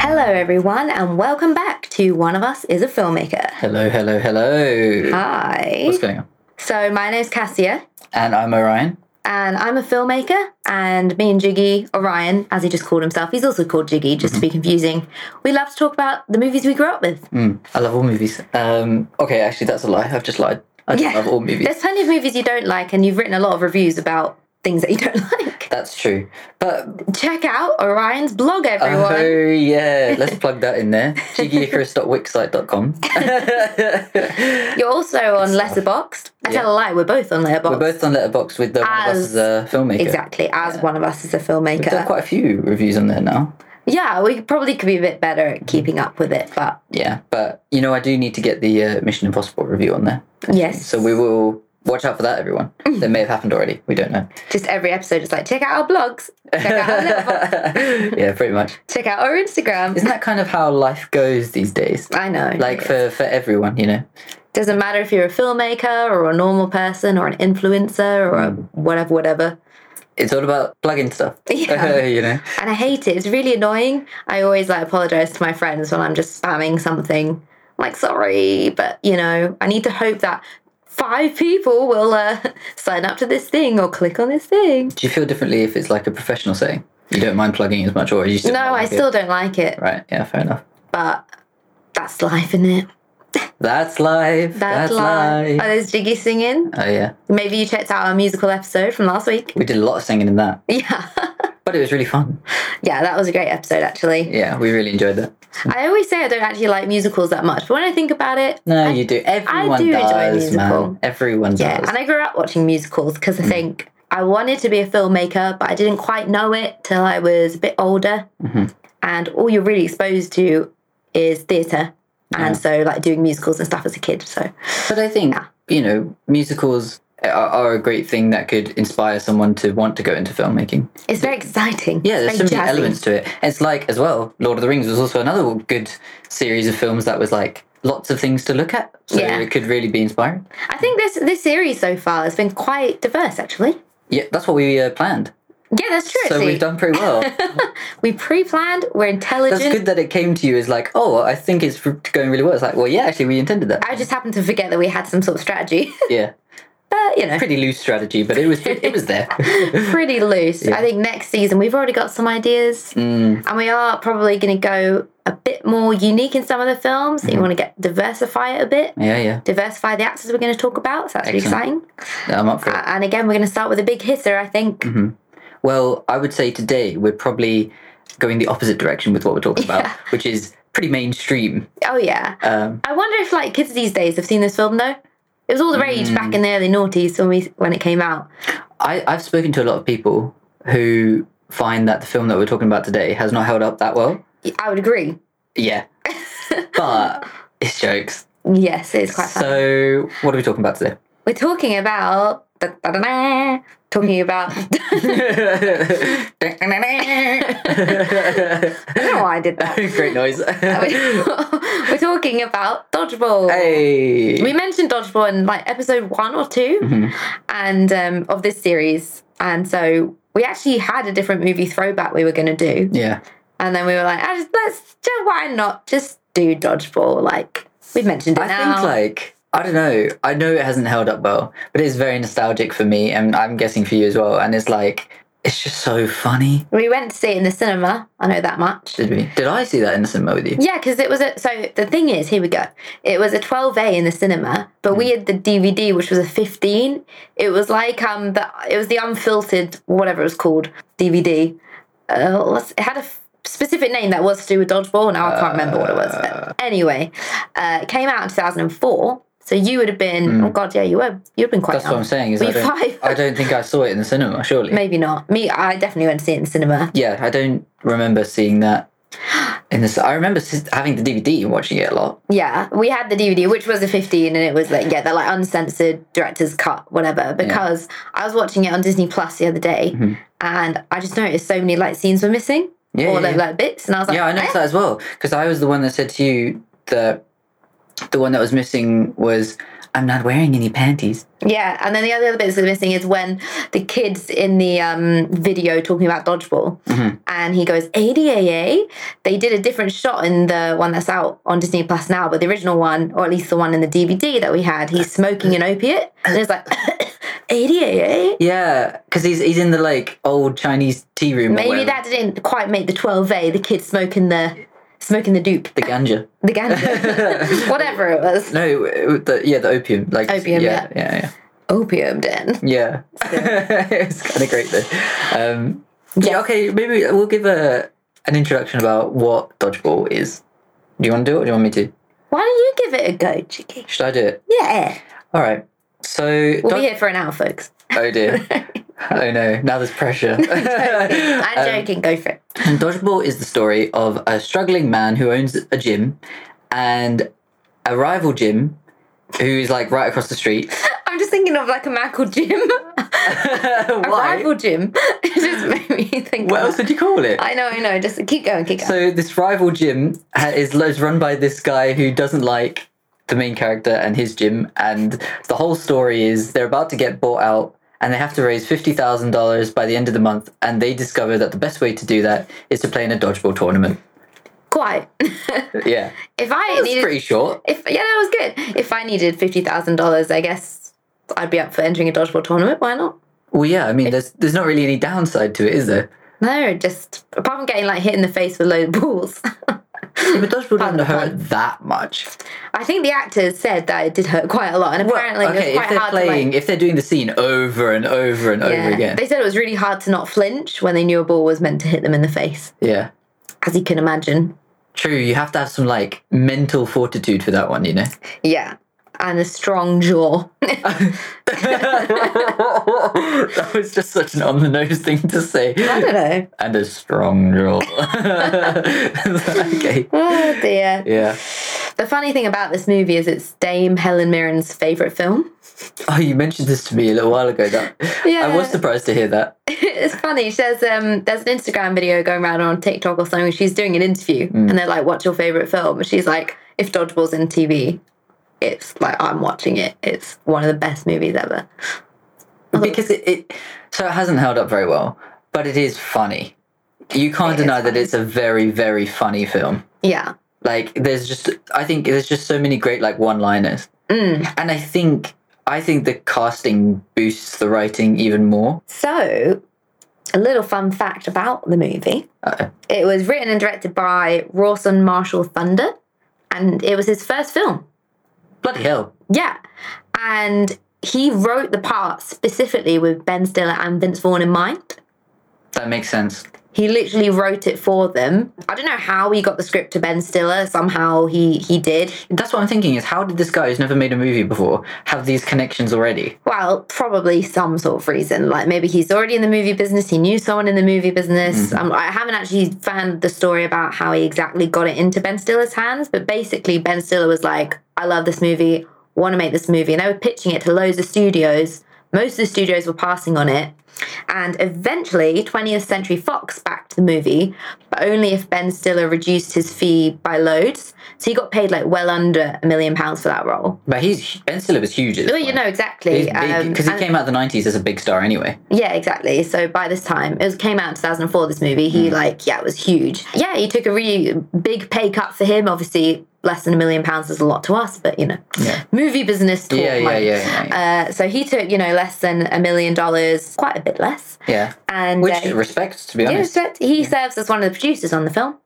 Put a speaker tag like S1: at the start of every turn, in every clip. S1: everyone, and welcome back to One of Us is a Filmmaker.
S2: Hello, hello, hello.
S1: Hi.
S2: What's going on?
S1: So, my name's Cassia,
S2: And I'm Orion.
S1: and I'm a filmmaker, and me and Jiggy, Orion, as he just called himself, he's also called Jiggy, just
S2: Mhm.
S1: to be confusing. We love to talk about the movies we grew up with.
S2: Mm, I love all movies. Um, okay, actually, that's a lie. I've just lied. I don't love all movies.
S1: There's plenty of movies you don't like, and you've written a lot of reviews about things that you don't like.
S2: That's true. But
S1: Check out Orion's blog, everyone.
S2: oh yeah, let's plug that in there. jiggyicarice.wixsite.com.
S1: You're also on Letterboxd. I
S2: Yeah.
S1: tell a lie, we're both on Letterboxd.
S2: We're both on Letterboxd with the one of us
S1: As-
S2: as a filmmaker.
S1: Exactly, as one of us is a filmmaker.
S2: There are quite a few reviews on there now.
S1: Yeah, we probably could be a bit better at keeping up with it, but
S2: Yeah, but you know, I do need to get the uh, Mission Impossible review on there.
S1: yes.
S2: So we will watch out for that, everyone. That may have happened already. We don't know.
S1: just every episode is like check out our blogs, check out our Letterboxd,
S2: yeah, pretty much.
S1: check out our Instagram.
S2: Isn't that kind of how life goes these days?
S1: I know.
S2: Like for, for everyone, you know?
S1: doesn't matter if you're a filmmaker or a normal person or an influencer or a whatever, whatever.
S2: It's all about plugging stuff.
S1: Yeah.
S2: you know?
S1: And I hate it. It's really annoying. I always like apologize to my friends when I'm just spamming something. I'm like sorry, but you know, I need to hope that five people will uh, sign up to this thing or click on this thing.
S2: Do you feel differently if it's like a professional setting? You don't mind plugging as much or you still
S1: No,
S2: not
S1: I
S2: like it?
S1: still don't like it.
S2: Right, yeah, fair enough.
S1: but that's life in it.
S2: That's life.
S1: That's, life. Oh, there's Jiggy singing.
S2: Oh yeah.
S1: Maybe you checked out our musical episode from last week.
S2: We did a lot of singing in that.
S1: Yeah,
S2: But it was really fun.
S1: yeah, that was a great episode actually.
S2: Yeah, we really enjoyed that.
S1: I always say I don't actually like musicals that much, but when I think about it,
S2: No,
S1: I-
S2: you do. Everyone
S1: do enjoy
S2: does,
S1: musical.
S2: man. Everyone
S1: yeah.
S2: does.
S1: And I grew up watching musicals because
S2: Mm.
S1: I think I wanted to be a filmmaker, but I didn't quite know it till I was a bit older.
S2: Mhm.
S1: And all you're really exposed to is theatre,
S2: Yeah.
S1: and so like doing musicals and stuff as a kid. So
S2: But I think
S1: Yeah.
S2: you know musicals are, are a great thing that could inspire someone to want to go into filmmaking.
S1: it's very exciting.
S2: Yeah,
S1: It's
S2: there's
S1: very
S2: so many
S1: jazzy.
S2: elements to it. It's like as well, Lord of the Rings was also another good series of films that was like lots of things to look at. So
S1: Yeah.
S2: it could really be inspiring.
S1: I think this this series so far has been quite diverse, actually.
S2: Yeah, that's what we uh, planned.
S1: Yeah, that's true.
S2: So
S1: actually.
S2: we've done pretty well.
S1: We pre-planned. We're intelligent.
S2: That's good that it came to you as like, oh, I think it's r- going really well. It's like, well, yeah, actually, we intended that.
S1: I just happened to forget that we had some sort of strategy,
S2: Yeah,
S1: but you know,
S2: pretty loose strategy, but it was it was there.
S1: pretty loose. I think next season we've already got some ideas,
S2: Mm,
S1: and we are probably going to go a bit more unique in some of the films.
S2: Mm-hmm.
S1: You want to get diversify it a bit,
S2: yeah, yeah,
S1: diversify the actors we're going to talk about. So that's really exciting.
S2: Excellent. I'm up for it.
S1: Uh, and again, we're going to start with a big hitter, I think.
S2: Mm-hmm. Well, I would say today we're probably going the opposite direction with what we're talking
S1: Yeah.
S2: about, which is pretty mainstream.
S1: Oh yeah,
S2: Um,
S1: I wonder if like kids these days have seen this film though. It was all the rage
S2: Mm.
S1: back in the early noughties when we when it came out.
S2: I, I've spoken to a lot of people who find that the film that we're talking about today has not held up that well.
S1: I would agree.
S2: Yeah. but it's jokes.
S1: Yes, it's quite fun.
S2: So, what are we talking about today?
S1: We're talking about da-da-da-da, talking about. I don't know why I did that.
S2: Great noise.
S1: We're talking about dodgeball.
S2: hey.
S1: We mentioned dodgeball in like episode one or 2
S2: Mhm.
S1: and um, of this series, and so we actually had a different movie throwback we were going to do.
S2: yeah.
S1: And then we were like, I just, let's just why not just do dodgeball? Like we've mentioned it
S2: I
S1: now.
S2: think like I don't know. I know it hasn't held up well, but it's very nostalgic for me, and I'm guessing for you as well. And it's like it's just so funny.
S1: we went to see it in the cinema. I know that much.
S2: Did we? Did I see that in the cinema with you?
S1: Yeah, because it was a. So the thing is, here we go. It was a 12A in the cinema, but
S2: Mm.
S1: we had the DVD, which was a 15. It was like um, the it was the unfiltered whatever it was called DVD. Uh, what's- it had a f- specific name that was to do with dodgeball. Now I can't remember what it was. But anyway, uh, it came out in 2004. So you would have been. Oh God, yeah, you were. You'd been quite.
S2: Mm. That's what
S1: young.
S2: I'm saying. Is
S1: Were
S2: I
S1: you
S2: don't.
S1: five?
S2: I don't think I saw it in the cinema. Surely.
S1: Maybe not. Me, I definitely went to see it in the cinema.
S2: Yeah, I don't remember seeing that. In this, I remember s- having the DVD and watching it a lot.
S1: Yeah, we had the DVD, which was a 15, and it was like, yeah, they're like uncensored director's cut, whatever. Because I was watching it on Disney Plus the other day, and I just noticed so many like scenes were missing,
S2: Mm-hmm. Yeah,
S1: or
S2: yeah,
S1: like,
S2: yeah.
S1: like bits, and I was like,
S2: Yeah, I
S1: eh?
S2: noticed that as well because I was the one that said to you that the one that was missing was I'm not wearing any panties.
S1: Yeah, and then the other bit that's missing is when the kids in the um, video talking about dodgeball,
S2: Mhm.
S1: and he goes ADAA. They did a different shot in the one that's out on Disney Plus now, but the original one, or at least the one in the DVD that we had, he's smoking an opiate, and it's like ADAA.
S2: Yeah, because he's he's in the like old Chinese tea room. or
S1: Maybe
S2: whatever.
S1: that didn't quite make the twelve A. The kids smoking the smoking the dupe,
S2: the ganja.
S1: the ganja, whatever it was,
S2: No, it- the, yeah, the opium. Like
S1: Opium,
S2: Yeah, yeah,
S1: opium den.
S2: yeah. yeah. it's kind of great though. Um, yeah. Okay. Maybe we'll give a an introduction about what dodgeball is. Do you want to do it? or Do you want me to?
S1: Why don't you give it a go, Chicky?
S2: Should I do it?
S1: Yeah,
S2: All right. So
S1: we'll
S2: dod-
S1: be here for an hour, folks.
S2: oh dear. oh no. Now there's pressure.
S1: I'm
S2: Um,
S1: joking. Go for it.
S2: And Dodgeball is the story of a struggling man who owns a gym and a rival gym who is like right across the street.
S1: I'm just thinking of like a man called Jim, a
S2: Why?
S1: rival Jim. It just made me think.
S2: What
S1: of
S2: else
S1: that.
S2: would you call it?
S1: I know, I know. Just keep going, keep going.
S2: So this rival gym ha- is is run by this guy who doesn't like the main character and his gym, and the whole story is they're about to get bought out. And they have to raise fifty thousand dollars by the end of the month, and they discover that the best way to do that is to play in a dodgeball tournament.
S1: Quite.
S2: Yeah,
S1: if I
S2: that's
S1: needed,
S2: pretty short.
S1: if yeah, that was good. If I needed fifty thousand dollars, I guess I'd be up for entering a dodgeball tournament. Why not?
S2: Well, yeah, I mean, there's there's not really any downside to it, is there?
S1: No, just apart from getting like hit in the face with a load of balls.
S2: Yeah, but dodgeball doesn't
S1: Pardon,
S2: hurt
S1: pardon.
S2: that much.
S1: I think the actors said that it did hurt quite a lot, and apparently
S2: okay,
S1: it was
S2: if
S1: quite
S2: they're
S1: hard to
S2: playing,
S1: like.
S2: if they're doing the scene over and over and over again,
S1: They said it was really hard to not flinch when they knew a ball was meant to hit them in the face.
S2: yeah,
S1: as you can imagine.
S2: true. You have to have some like mental fortitude for that one, you know.
S1: Yeah. And a strong jaw.
S2: that was just such an on the nose thing to say,
S1: I don't know.
S2: and a strong jaw. okay,
S1: Oh dear.
S2: yeah.
S1: The funny thing about this movie is it's Dame Helen Mirren's favourite film.
S2: Oh, you mentioned this to me a little while ago. That I was
S1: Yeah.
S2: surprised to hear that.
S1: it's funny. She says um, there's an Instagram video going around on TikTok or something. She's doing an interview and they're like, What's your favourite film? And she's like, If Dodgeball's in TV, it's like, I'm watching it. It's one of the best movies ever.
S2: because it, it so it hasn't held up very well, but it is funny. You can't
S1: It is
S2: deny that
S1: funny.
S2: it's a very very funny film.
S1: Yeah.
S2: Like there's just I think there's just so many great like one-liners.
S1: Mm.
S2: And I think I think the casting boosts the writing even more.
S1: So, a little fun fact about the movie.
S2: Uh,
S1: It was written and directed by Rawson Marshall Thunder, and it was his first film.
S2: bloody hell.
S1: Yeah. And he wrote the part specifically with Ben Stiller and Vince Vaughn in mind.
S2: That makes sense.
S1: He literally wrote it for them. I don't know how he got the script to Ben Stiller. Somehow he he did.
S2: That's what I'm thinking is how did this guy who's never made a movie before have these connections already?
S1: Well, probably some sort of reason. Like maybe he's already in the movie business. He knew someone in the movie business. Um, I haven't actually found the story about how he exactly got it into Ben Stiller's hands, but basically, Ben Stiller was like, I love this movie, want to make this movie. And they were pitching it to loads of studios. Most of the studios were passing on it. And eventually, 20th Century Fox backed the movie, but only if Ben Stiller reduced his fee by loads. So he got paid like well under a million pounds for that role.
S2: But he's Ben Stiller was huge. At this
S1: Well, you
S2: point.
S1: know exactly. um,
S2: He's big because
S1: and-
S2: he came out the '90s as a big star anyway.
S1: yeah, exactly. So by this time, it was, came out in 2004, this movie. He,
S2: Mm.
S1: like, yeah, it was huge. Yeah, he took a really big pay cut for him. Obviously, less than a million pounds is a lot to us, but, you know,
S2: Yeah.
S1: movie business talk.
S2: Yeah, yeah,
S1: like,
S2: yeah, yeah,
S1: Uh, so he took, you know, less than a million dollars, quite a bit less.
S2: Yeah,
S1: And
S2: which
S1: uh,
S2: respect to be
S1: in
S2: honest.
S1: respect, he serves as one of the producers on the film.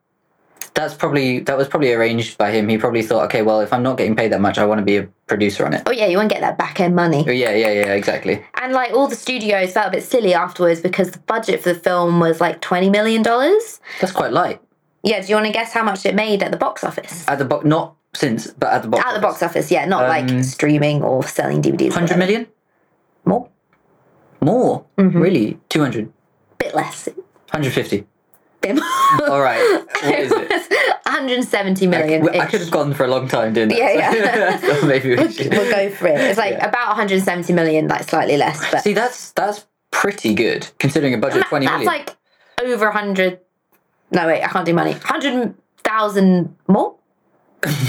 S2: that's probably that was probably arranged by him. He probably thought, okay, well, if I'm not getting paid that much, I want to be a producer on it.
S1: Oh, yeah, you won't get that back end money.
S2: Oh, yeah, yeah, yeah, exactly.
S1: And like all the studios felt a bit silly afterwards because the budget for the film was like $20 million.
S2: That's quite light
S1: Yeah, do you want to guess how much it made at the box office?
S2: at the box. Not since, but at the box.
S1: At the box office, yeah, not
S2: Um,
S1: like streaming or selling DVDs. or
S2: hundred
S1: whatever.
S2: million
S1: more,
S2: more.
S1: Mm-hmm.
S2: Really, 200,
S1: bit less,
S2: 150.
S1: bit more.
S2: All right, what is it?
S1: One hundred seventy million.
S2: Well, I could have gone for a long time doing that.
S1: Yeah,
S2: so-
S1: yeah.
S2: so maybe we
S1: we'll,
S2: should.
S1: we'll go for it. It's like
S2: Yeah.
S1: about one hundred seventy million, like slightly less, but
S2: See, that's that's pretty good considering a budget of
S1: Ma-
S2: twenty
S1: that's
S2: million.
S1: like over hundred. No wait, I can't do money. Hundred thousand more.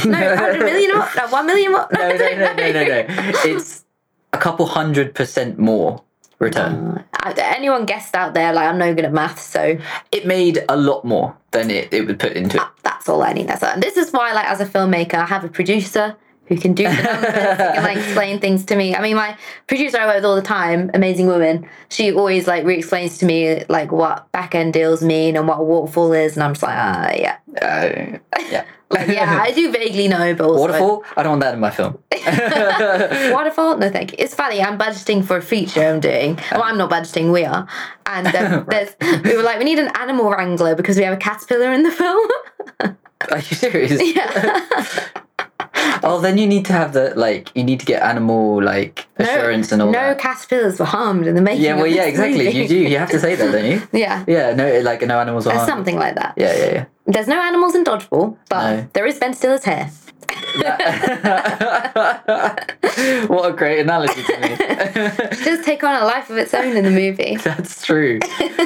S1: No, 100 million what? No, 1 million what?
S2: no, no,
S1: I don't
S2: no, no, no,
S1: know.
S2: no. It's a couple hundred percent more return.
S1: Uh, I- anyone guessed out there, like I'm no good at math, so
S2: It made a lot more than it, it would put into it.
S1: that's all I need. That's all. And this is why, like, as a filmmaker, I have a producer who can do the numbers, who can like explain things to me. I mean, my producer I work with all the time, amazing woman. She always like re-explains to me like what back end deals mean and what a waterfall is, and I'm just like, ah, yeah,
S2: Uh, yeah.
S1: like yeah, I do vaguely know, but also
S2: Waterfall? I don't want that in my film.
S1: Waterfall? No, thank you. It's funny. I'm budgeting for a feature I'm doing. Well, I'm not budgeting. We are. And um,
S2: Oh. Right.
S1: there's, we were like, we need an animal wrangler because we have a caterpillar in the film.
S2: Are you serious?
S1: yeah.
S2: Oh, then you need to have the like. You need to get animal like assurance and all
S1: no
S2: that.
S1: caterpillars were harmed in the making.
S2: Yeah,
S1: of
S2: well, yeah,
S1: this
S2: exactly.
S1: movie.
S2: You do. You have to say that, don't you?
S1: Yeah.
S2: Yeah, no, it- like no animals are
S1: Or
S2: harmed.
S1: something like that.
S2: Yeah, yeah, yeah.
S1: There's no animals in Dodgeball, but
S2: No.
S1: there is Ben Stiller's hair.
S2: what a great analogy to me.
S1: It does take on a life of its own in the movie.
S2: That's true.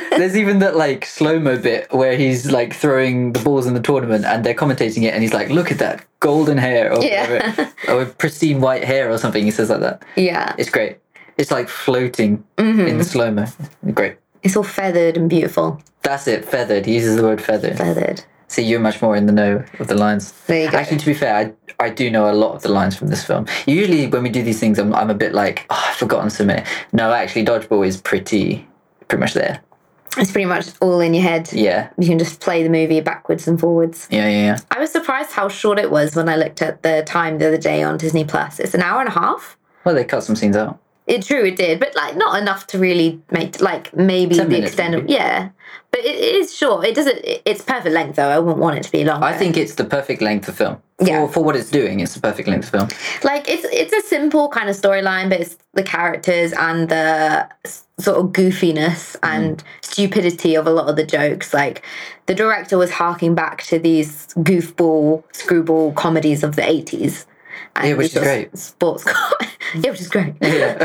S2: There's even that like slow mo bit where he's like throwing the balls in the tournament and they're commentating it and he's like, look at that golden hair or
S1: Yeah.
S2: whatever, or pristine white hair or something. He says like that.
S1: Yeah.
S2: It's great. It's like floating in slow mo. Great.
S1: It's all feathered and beautiful.
S2: That's it. Feathered. He uses the word feathered.
S1: Feathered.
S2: See, you're much more in the know of the lines.
S1: There you go.
S2: Actually, to be fair, I, I do know a lot of the lines from this film. Usually, when we do these things, I'm, I'm a bit like, oh, I've forgotten so many. No, actually, Dodgeball is pretty pretty much there.
S1: It's pretty much all in your head.
S2: Yeah.
S1: You can just play the movie backwards and forwards.
S2: Yeah, yeah, yeah.
S1: I was surprised how short it was when I looked at the time the other day on Disney Plus. It's an hour and a half.
S2: Well, they cut some scenes out.
S1: It true, it did, but like not enough to really make like maybe
S2: Ten
S1: the
S2: minutes,
S1: extent of
S2: maybe.
S1: yeah. But it, it is short. It doesn't. it- it's perfect length though. I wouldn't want it to be long.
S2: I think it's the perfect length of film. For,
S1: Yeah.
S2: for what it's doing, it's the perfect length of film.
S1: like it's it's a simple kind of storyline, but it's the characters and the s- sort of
S2: Mm.
S1: goofiness and stupidity of a lot of the jokes. Like the director was harking back to these goofball, screwball comedies of the eighties.
S2: Yeah, which is great.
S1: Sports, com- yeah, which is great.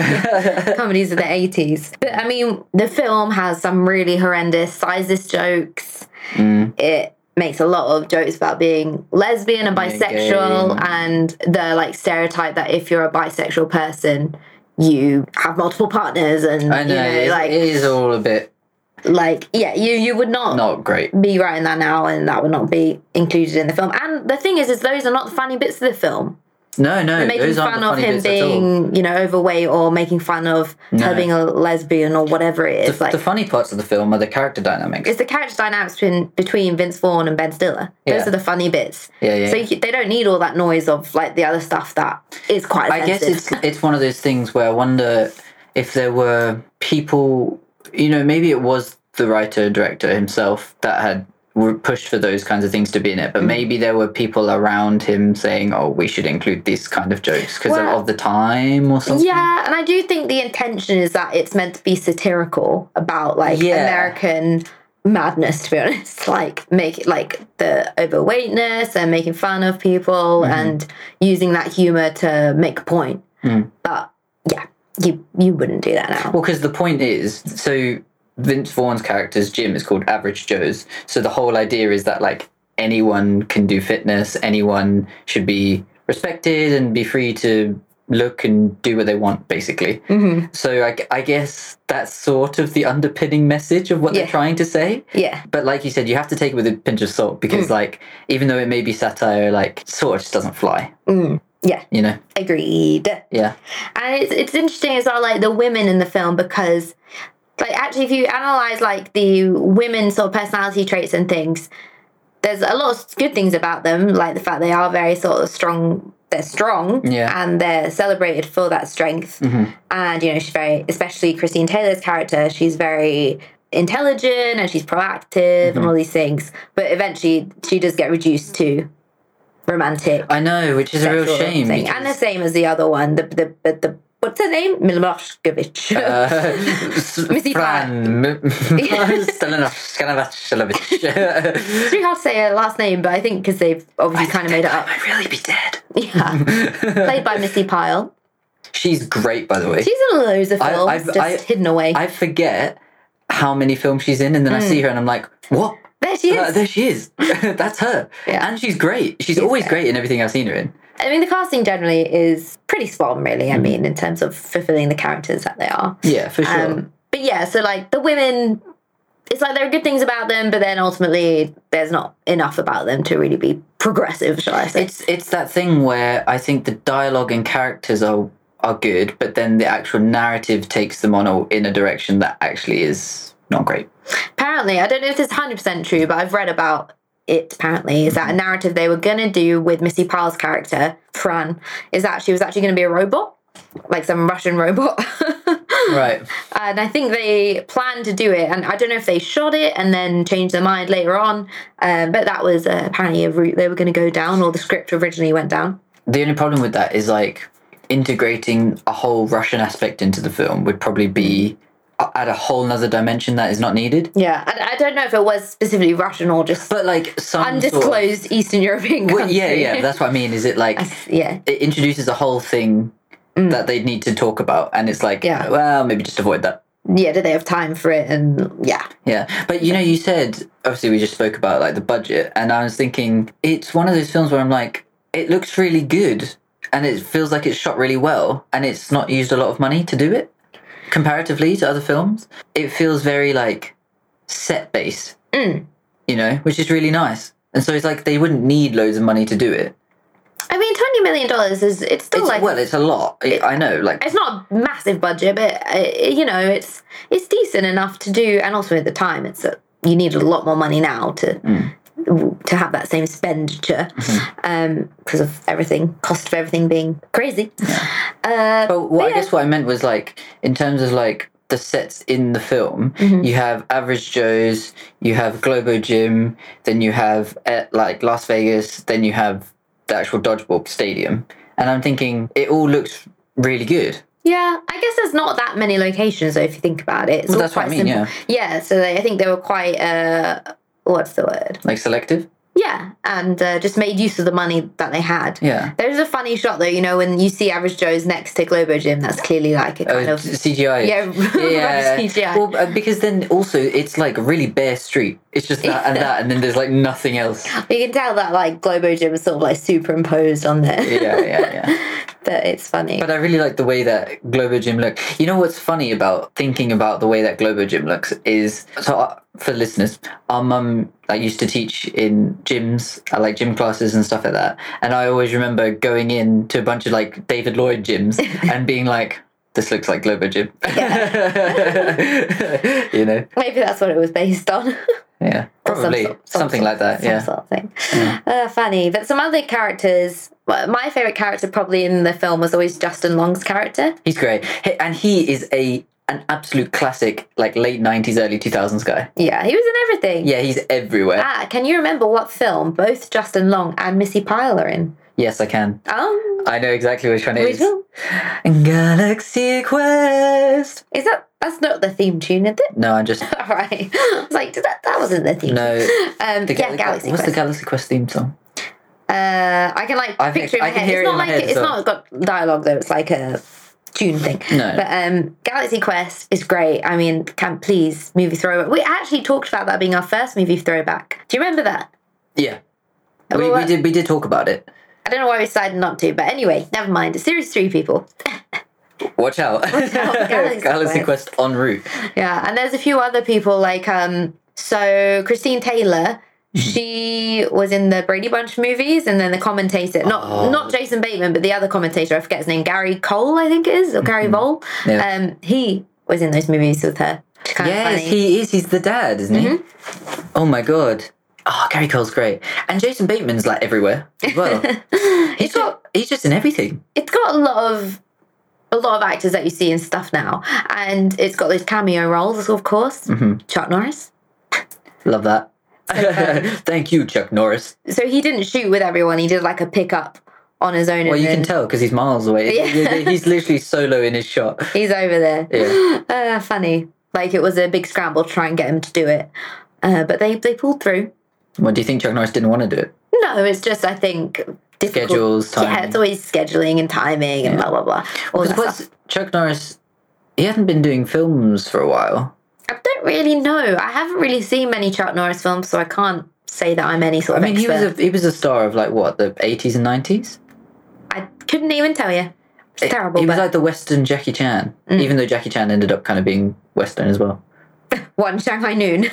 S2: Yeah.
S1: comedies of the 80s. But I mean, the film has some really horrendous sizist jokes.
S2: Mm.
S1: It makes a lot of jokes about being lesbian and
S2: Yeah,
S1: bisexual
S2: gay.
S1: and the like stereotype that if you're a bisexual person, you have multiple partners and
S2: I know.
S1: you
S2: it's-
S1: know like
S2: it is all a bit
S1: like yeah, you you would not
S2: not great.
S1: be writing that now and that would not be included in the film. And the thing is is those are not the funny bits of the film.
S2: No, no.
S1: Making
S2: Those aren't
S1: fun
S2: the
S1: of
S2: funny
S1: him
S2: bits at all.
S1: being, you know, overweight or making fun of
S2: No.
S1: her being a lesbian or whatever it
S2: The,
S1: is. like
S2: the funny parts of the film are the character dynamics.
S1: it's the character dynamics between, between Vince Vaughn and Ben Stiller. Those
S2: Yeah.
S1: are the funny bits.
S2: Yeah, yeah.
S1: So you, c- they don't need all that noise of like the other stuff that is quite.
S2: I guess it's it's one of those things where I wonder if there were people, you know, maybe it was the writer and director himself that had were pushed for those kinds of things to be in it,
S1: Mm-hmm.
S2: but maybe there were people around him saying, "Oh, we should include these kind of jokes because
S1: Well-
S2: of the time or something."
S1: yeah, and I do think the intention is that it's meant to be satirical about like
S2: Yeah.
S1: American madness. To be honest, like make like the overweightness and making fun of people
S2: Mm-hmm.
S1: and using that humor to make a point.
S2: Mm.
S1: But yeah, you you wouldn't do that now.
S2: Well, because the point is, so Vince Vaughn's character's gym is called Average Joe's. So the whole idea is that like anyone can do fitness, anyone should be respected and be free to look and do what they want, basically.
S1: hmm
S2: So I, I guess that's sort of the underpinning message of what
S1: Yeah.
S2: they're trying to say.
S1: Yeah,
S2: But like you said, you have to take it with a pinch of salt
S1: Mm.
S2: because, like, even though it may be satire, like, sort of just doesn't fly.
S1: Mm. Yeah.
S2: You know?
S1: agreed.
S2: Yeah.
S1: And it's it's interesting as well, like the women in the film, because like actually, if you analyze like the women sort of personality traits and things, there's a lot of good things about them, like the fact they are very sort of strong. They're strong,
S2: Yeah.
S1: and they're celebrated for that strength.
S2: Mhm.
S1: And you know, she's very, especially Christine Taylor's character. She's very intelligent and she's proactive and all these things. But eventually, she does get reduced to romantic
S2: I know, which is a real
S1: sexual
S2: shame.
S1: thing.
S2: because-
S1: And the same as the other one, the the the, the what's her name? Milošević.
S2: Uh,
S1: Missy
S2: Fran. M- Stelina Stelinovic.
S1: it's really hard to say her last name, but I think because they've obviously kind of made it up.
S2: I'd really be dead.
S1: Yeah, played by Missy Pyle.
S2: She's great, by the way.
S1: She's in loads of
S2: I-
S1: films,
S2: I've-
S1: just
S2: I-
S1: hidden away.
S2: I forget how many films she's in, and then I see her and I'm like, what?
S1: There Mm. she
S2: Uh,
S1: is.
S2: there she is. That's her.
S1: Yeah.
S2: And she's great. She's
S1: She's
S2: always
S1: great.
S2: great in everything I've seen her in.
S1: I mean, the casting generally is pretty spot on, really.
S2: Mm.
S1: I mean, in terms of fulfilling the characters that they are.
S2: Yeah, for sure.
S1: Um, but yeah, so like the women, it's like there are good things about them, but then ultimately there's not enough about them to really be progressive, shall I say?
S2: it's it's that thing where I think the dialogue and characters are are good, but then the actual narrative takes them on a, in a direction that actually is not great.
S1: apparently, I don't know if this is 100% true, but I've read about it apparently, is that a narrative they were going to do with Missy Pyle's character, Fran, is that she was actually going to be a robot, like some Russian robot.
S2: Right.
S1: And I think they planned to do it, and I don't know if they shot it and then changed their mind later on. Um, but that was uh, apparently a route they were going to go down, or the script originally went down.
S2: The only problem with that is like integrating a whole Russian aspect into the film would probably be at a whole nother dimension that is not needed.
S1: Yeah, and I don't know if it was specifically Russian or just
S2: But like some Sort of,
S1: undisclosed Eastern European
S2: Well,
S1: country.
S2: yeah, yeah, that's what I mean. Is it like
S1: I s- yeah.
S2: it introduces a whole thing that they need to talk about, and it's like,
S1: Yeah.
S2: well, maybe just avoid that.
S1: Yeah, do they have time for it? And yeah,
S2: Yeah, but you know, you said obviously we just spoke about like the budget, and I was thinking it's one of those films where I'm like, it looks really good, and it feels like it's shot really well, and it's not used a lot of money to do it comparatively to other films. It feels very like set based,
S1: Mm.
S2: you know, which is really nice. And so it's like they wouldn't need loads of money to do it.
S1: I mean, twenty million dollars is it's still
S2: It's,
S1: like
S2: well, it's a lot. I I know, like
S1: it's not a massive budget, but uh, you know, it's it's decent enough to do. And also at the time, it's a, you need a lot more money now to
S2: Mm.
S1: to have that same expenditure because
S2: Mm-hmm.
S1: of everything, cost of everything being crazy. Uh,
S2: But what I
S1: yeah.
S2: guess what I meant was like in terms of like the sets in the film, you have Average Joe's, you have Globo Gym, then you have at like Las Vegas, then you have the actual dodgeball stadium, and I'm thinking it all looks really good.
S1: yeah, I guess there's not that many locations though. If you think about it, it's
S2: Well,
S1: all
S2: that's what I
S1: quite
S2: mean,
S1: simple. Yeah, so they, I think they were quite uh, what's the word?
S2: Like selective,
S1: Yeah, and uh, just made use of the money that they had.
S2: yeah.
S1: There's a funny shot though, you know, when you see Average Joe's next to Globo Gym, that's clearly like a
S2: Oh,
S1: kind of
S2: CGI.
S1: Yeah,
S2: yeah.
S1: CGI.
S2: Well, uh, because then also it's like really bare street. It's just that and
S1: Yeah.
S2: that, and then there's like nothing else.
S1: you can tell that like Globo Gym is sort of like superimposed on there.
S2: Yeah, yeah, yeah.
S1: but it's funny.
S2: But I really like the way that Globo Gym look. You know what's funny about thinking about the way that Globo Gym looks is so uh, for listeners, our mum like used to teach in gyms, uh, like gym classes and stuff like that. And I always remember going in to a bunch of like David Lloyd gyms and being like, "This looks like Globo Gym," you know?
S1: Maybe that's what it was based on.
S2: Yeah,
S1: Or some
S2: probably
S1: sort- some
S2: something
S1: sort-
S2: like that.
S1: some
S2: Yeah,
S1: sort of thing. Uh, funny. But some other characters. well, My favorite character probably in the film was always Justin Long's character.
S2: he's great, He- and he is a an absolute classic, like late '90s, early 2000s guy.
S1: Yeah, he was in everything.
S2: Yeah, he's everywhere.
S1: Ah, can you remember what film both Justin Long and Missy Pyle are in?
S2: Yes, I can.
S1: Um,
S2: I know exactly which one it
S1: which
S2: is.
S1: film?
S2: Galaxy Quest.
S1: Is that that's not the theme tune, is it?
S2: No, I just
S1: All right. I was like, that that wasn't the theme.
S2: no.
S1: Um,
S2: The
S1: yeah,
S2: Gal-
S1: Galaxy
S2: What's
S1: Quest.
S2: the Galaxy Quest theme song?
S1: uh, I can like
S2: I think-
S1: picture it
S2: I
S1: in my
S2: can
S1: head.
S2: hear
S1: It's
S2: it in
S1: not
S2: my
S1: like
S2: head
S1: it-
S2: as
S1: it's
S2: well.
S1: not got dialogue though. It's like a tune thing.
S2: No.
S1: But um, Galaxy Quest is great. I mean, can please movie throwback. We actually talked about that being our first movie throwback. Do you remember that?
S2: yeah. We, we
S1: Well,
S2: did we did talk about it.
S1: I don't know why we decided not to, but anyway, never mind. It's series three, people.
S2: Watch out.
S1: out, Galaxy
S2: Quest en route.
S1: Yeah, and there's a few other people like um so Christine Taylor,
S2: Mm-hmm.
S1: she was in the Brady Bunch movies and then the commentator, not
S2: Oh.
S1: not Jason Bateman, but the other commentator, I forget his name, Gary Cole, I think it is, or Gary Vole.
S2: Mm-hmm. Yeah.
S1: Um he was in those movies with her. It's kind
S2: yes,
S1: of funny. Mm-hmm.
S2: he is. He's the dad, isn't he? Oh my god. Oh, Gary Cole's great. And Jason Bateman's like everywhere as well. he's, just, he's just in everything.
S1: it's got a lot of a lot of actors that you see in stuff now. And it's got those cameo roles, of course.
S2: Mm-hmm.
S1: Chuck Norris.
S2: Love that. Thank you, Chuck Norris.
S1: So he didn't shoot with everyone, he did like a pickup on his own
S2: Well,
S1: and
S2: you
S1: then
S2: can tell because he's miles away.
S1: Yeah.
S2: He's literally solo in his shot.
S1: He's over there.
S2: Yeah.
S1: Uh, funny. Like it was a big scramble to try and get him to do it. Uh, but they, they pulled through.
S2: What do you think Chuck Norris didn't want to do it?
S1: No, it's just, I think, difficult.
S2: Schedules, timing.
S1: Yeah, it's always scheduling and timing and blah, blah, blah. All that
S2: Because
S1: stuff.
S2: what's Chuck Norris? He hadn't been doing films for a while.
S1: I don't really know. I haven't really seen many Chuck Norris films, so I can't say that I'm any sort
S2: I
S1: of
S2: mean, he was a
S1: expert.
S2: he was a star of like what the eighties and nineties.
S1: I couldn't even tell you. It's terrible,
S2: He
S1: but
S2: was like the Western Jackie Chan,
S1: Mm.
S2: even though Jackie Chan ended up kind of being Western as well.
S1: one Shanghai Noon.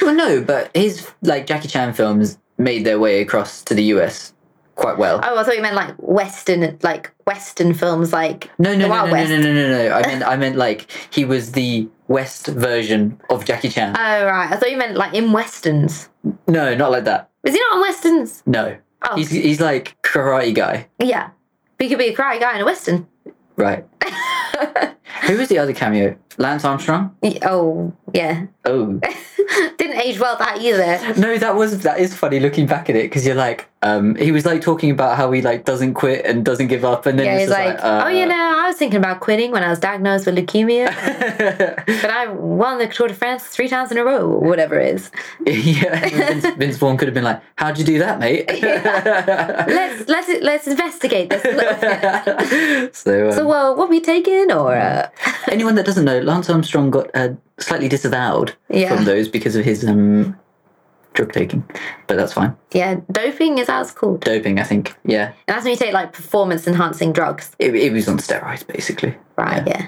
S2: Well, no, but his like Jackie Chan films made their way across to the US quite well.
S1: oh, I thought you meant like Western, like Western films, like oh,
S2: No, no,
S1: The
S2: no,
S1: Wild
S2: no, no,
S1: West.
S2: no, no, no, no. I meant, I meant like he was the West version of Jackie Chan.
S1: oh right, I thought you meant like in westerns.
S2: no, not like that.
S1: Is he not on westerns?
S2: No,
S1: Oh,
S2: he's he's like karate guy,
S1: yeah. But he could be a cry guy in a western.
S2: right? Who was the other cameo? Lance Armstrong.
S1: Y- oh yeah,
S2: Oh
S1: didn't age well that either.
S2: no, that was that is funny looking back at it because you're like, um, he was like talking about how he like doesn't quit and doesn't give up, and then
S1: Yeah,
S2: it's
S1: he's
S2: just
S1: like,
S2: like, uh,
S1: oh, you know, I was thinking about quitting when I was diagnosed with leukemia,
S2: uh,
S1: but I won the Tour de France three times in a row, or whatever it is.
S2: yeah, Vince, Vince Vaughn could have been like, "How'd you do that, mate?"
S1: Let's let's let's investigate this. little-
S2: so, um,
S1: so, well, what we taking or uh,
S2: anyone that doesn't know, Lance Armstrong got uh, slightly disavowed
S1: Yeah.
S2: from those because of his um, drug taking, but that's fine.
S1: yeah, doping is that it's called.
S2: Doping, I think. Yeah,
S1: And that's when you take like performance enhancing drugs,
S2: it, it was on steroids basically.
S1: right? Yeah.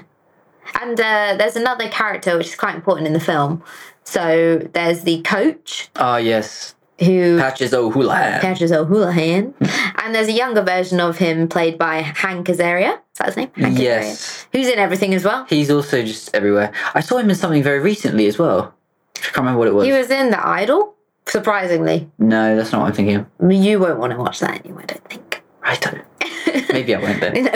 S1: And uh, there's another character which is quite important in the film. So there's the coach
S2: Ah, yes,
S1: who
S2: Patches O'Houlihan.
S1: catches O'Houlihan, and there's a younger version of him played by Hank Azaria. Is that his name? Hank
S2: Yes,
S1: Azaria. Who's in everything as well?
S2: he's also just everywhere. I saw him in something very recently as well. I can't remember what it was.
S1: He was in The Idol. Surprisingly,
S2: no, that's not what I'm thinking of.
S1: you won't want to watch that anyway. I don't think.
S2: Righto. Maybe I won't then.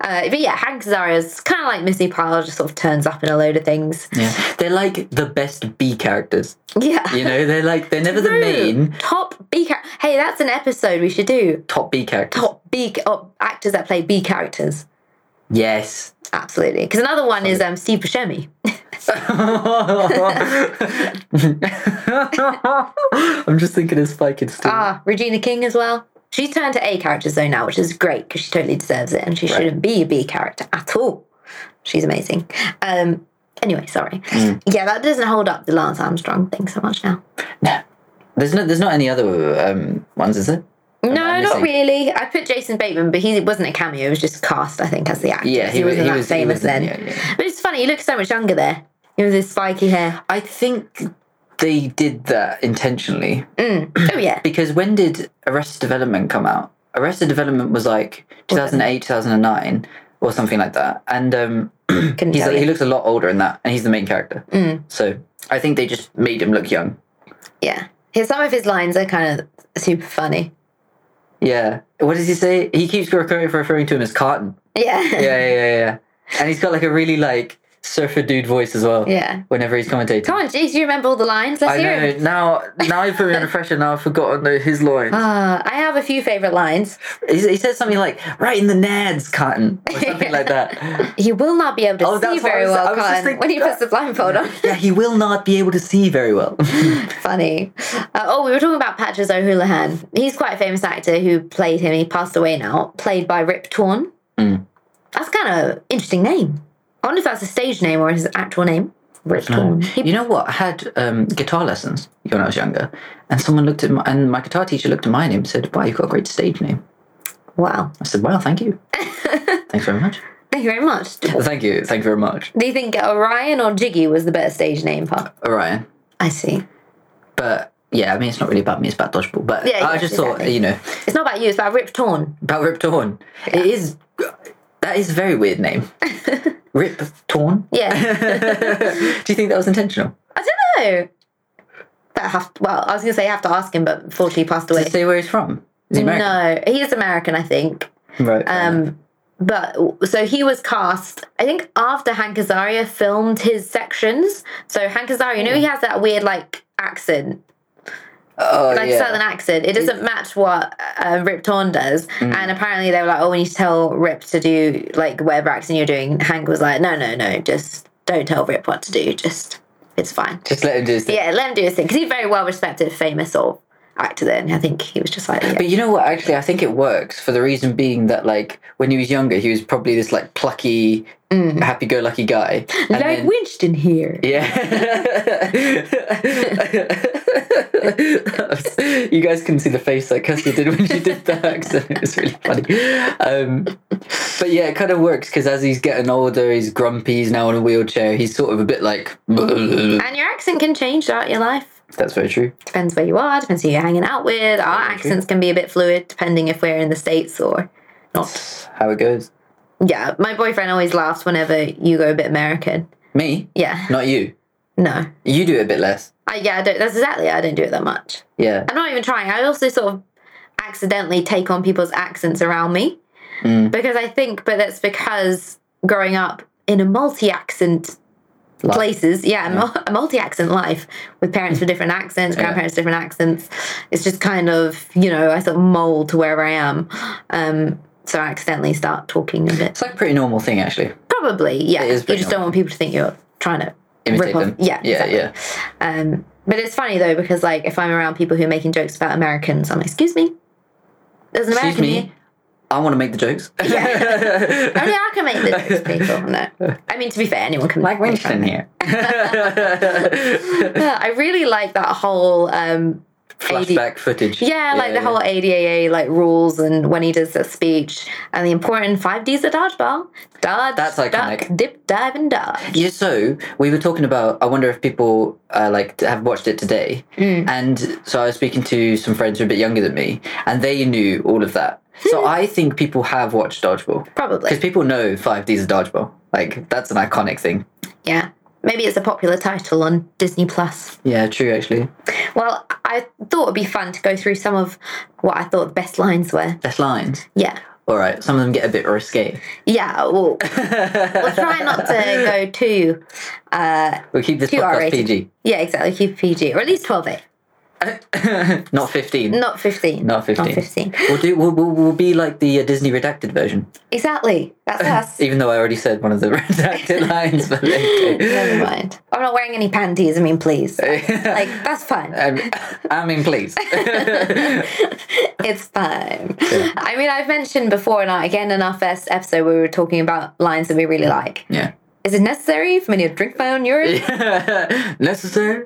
S1: uh, but yeah, Hank Azaria is kind of like Missy Pyle, just sort of turns up in a load of things.
S2: Yeah. They're like the best B characters.
S1: Yeah.
S2: You know, they're like they're never the
S1: True.
S2: main
S1: Top B character. Hey, that's an episode we should do.
S2: top B characters.
S1: Top B ca- oh, actors that play B characters.
S2: Yes.
S1: Absolutely. Because another one is um, Steve Buscemi.
S2: I'm just thinking of Spike and Steve.
S1: Ah, Regina King as well. She's turned to A characters though now, which is great because she totally deserves it and she shouldn't be a B character at all. She's amazing. Um, anyway, sorry.
S2: Mm.
S1: Yeah, that doesn't hold up the Lance Armstrong thing so much now.
S2: no. There's no there's not any other um, ones, is there?
S1: No,
S2: I
S1: not
S2: missing?
S1: really. I put Jason Bateman, but he wasn't a cameo. It was just cast, I think, as the actor.
S2: Yeah,
S1: he,
S2: wa-
S1: wasn't that
S2: was- he
S1: famous
S2: wasn't-
S1: then.
S2: yeah, yeah.
S1: But it's funny, he looks so much younger there. He was his spiky hair.
S2: I think they did that intentionally
S1: Mm. Oh, yeah.
S2: because when did Arrested Development come out? Arrested Development was like 2008, 2009 or something like that. And um,
S1: Couldn't
S2: he's
S1: tell
S2: like,
S1: you.
S2: he looks a lot older in that and he's the main character.
S1: Mm.
S2: So I think they just made him look young.
S1: Yeah. His, some of his lines are kind of super funny.
S2: Yeah. What does he say? He keeps recurring referring to him as Carton.
S1: Yeah.
S2: Yeah, yeah, yeah, yeah. And he's got like a really like surfer dude voice as well.
S1: Yeah.
S2: Whenever he's commentating.
S1: Come on, Jeez, you remember all the lines? Let's
S2: I
S1: hear
S2: know.
S1: them.
S2: Now, now you put me under pressure. Now I've forgotten the, his line.
S1: Ah, I have a few favourite lines.
S2: He, he says something like "right in the nads, Cotton" or something like that.
S1: He will not be able to
S2: Oh,
S1: see
S2: that's what I
S1: very
S2: was- I
S1: well,
S2: was just
S1: Cotton,
S2: thinking
S1: when he
S2: that.
S1: puts the blindfold on.
S2: Yeah, he will not be able to see very well.
S1: Funny. Uh, oh, we were talking about Patches O'Houlihan. He's quite a famous actor who played him. He passed away now, played by Rip Torn.
S2: Mm.
S1: That's kind of interesting name. I wonder if that's a stage name or his actual name. Rip Torn. He-
S2: you know what? I had um, guitar lessons when I was younger, and someone looked at my, and my guitar teacher looked at my name and said, "Wow, you've got a great stage name."
S1: wow.
S2: I said, "Wow, thank you. Thanks very much.
S1: Thank you very much. Do
S2: Thank you. Thank you very much,
S1: you think Orion or Jiggy was the better stage name part?
S2: Orion."
S1: I see.
S2: But yeah, I mean, it's not really about me, it's about dodgeball. But
S1: Yeah,
S2: I
S1: yes,
S2: just thought,
S1: exactly.
S2: you know,
S1: It's not about you, it's about Rip Torn.
S2: about Rip Torn. It is, that is a very weird name. Rip Torn?
S1: Yeah.
S2: Do you think that was intentional?
S1: I don't know. That have well, I was gonna say I have to ask him, but unfortunately he passed
S2: Does
S1: away.
S2: it say where he's from? Is he American?
S1: No, he is American, I think.
S2: Right. fair enough.
S1: Um, but so he was cast, I think, after Hank Azaria filmed his sections. So Hank Azaria, you know,
S2: Hmm.
S1: he has that weird like accent,
S2: oh,
S1: like
S2: yeah.
S1: southern accent. It doesn't match what uh, Rip Torn does.
S2: Hmm.
S1: And apparently they were like, oh, we need to tell Rip to do like whatever accent you're doing. Hank was like, no, no, no, just don't tell Rip what to do. Just it's fine.
S2: Just let him do his thing.
S1: Yeah, let him do his thing because he's very well respected, famous sort of acted in. I think he was just like, yeah.
S2: But you know what? Actually, I think it works for the reason being that, like, when he was younger, he was probably this like plucky,
S1: Mm.
S2: happy-go-lucky guy. And
S1: like
S2: then-
S1: Winston here.
S2: yeah. That was- you guys couldn't see the face that Kirsty did when she did that accent. It was really funny. Um, but yeah, it kind of works because as he's getting older, he's grumpy. He's now in a wheelchair. He's sort of a bit like.
S1: And your accent can change throughout your life.
S2: That's very true.
S1: Depends where you are, depends who you're hanging out with. Our
S2: Very true.
S1: accents can be a bit fluid depending if we're in the States or
S2: That's how it goes.
S1: Yeah, my boyfriend always laughs whenever you go a bit American.
S2: Me,
S1: Yeah,
S2: not you.
S1: no,
S2: You do it a bit less.
S1: I, yeah, I don't, that's exactly. I don't do it that much.
S2: Yeah.
S1: I'm not even trying. I also sort of accidentally take on people's accents around me
S2: Mm.
S1: because I think, but that's because growing up in a multi-accent
S2: Life.
S1: places, yeah, a mul- a multi-accent life with parents with different accents, grandparents different accents. It's just kind of you know I sort of mold to wherever I am, um, so I accidentally start talking a bit.
S2: It's like a pretty normal thing, actually.
S1: Probably, yeah.
S2: It is
S1: You
S2: pretty
S1: just don't want people to think you're trying to
S2: Imitate
S1: rip off.
S2: them.
S1: Yeah,
S2: Yeah,
S1: exactly.
S2: yeah.
S1: Um, but it's funny though because like if I'm around people who are making jokes about Americans, I'm like, excuse me, there's an
S2: Excuse
S1: American
S2: me.
S1: here.
S2: I want to make the jokes.
S1: Only I can make this people. No, I mean to be fair, anyone can.
S2: like
S1: make fun of
S2: Winston
S1: me.
S2: here.
S1: Yeah, I really like that whole. Um,
S2: Flashback footage.
S1: yeah, like the whole ADAA like rules and when he does the speech and the important five Ds of dodgeball: dodge,
S2: That's
S1: duck,
S2: iconic.
S1: dip, dive, and dodge.
S2: Yeah, so we were talking about. I wonder if people uh, like have watched it today. And so I was speaking to some friends who are a bit younger than me, and they knew all of that. So I think people have watched dodgeball because
S1: Probably,
S2: people know five Ds of dodgeball. Like that's an iconic thing.
S1: yeah. Maybe it's a popular title on Disney Plus.
S2: Yeah, true. Actually,
S1: Well, I thought it'd be fun to go through some of what I thought the best lines were.
S2: best lines.
S1: Yeah.
S2: All right, some of them get a bit risque.
S1: Yeah, we'll, we'll try not to go too. Uh,
S2: We'll keep this
S1: Too
S2: podcast
S1: R-rated.
S2: PG.
S1: yeah, exactly. Keep PG, or at least 12 A.
S2: Not 15.
S1: Not 15.
S2: Not 15.
S1: Not 15.
S2: We'll do. We'll, we'll, we'll be like the uh, Disney redacted version.
S1: Exactly. That's us.
S2: Even though I already said one of the redacted lines, but
S1: Never
S2: okay.
S1: mind. I'm not wearing any panties, I mean, please. Like,
S2: like,
S1: that's fine.
S2: Uh, I mean, please.
S1: it's fine. I mean, I've mentioned before, and I- again in our first episode, we were talking about lines that we really like.
S2: yeah.
S1: Is it necessary for me to drink my own urine?
S2: necessary?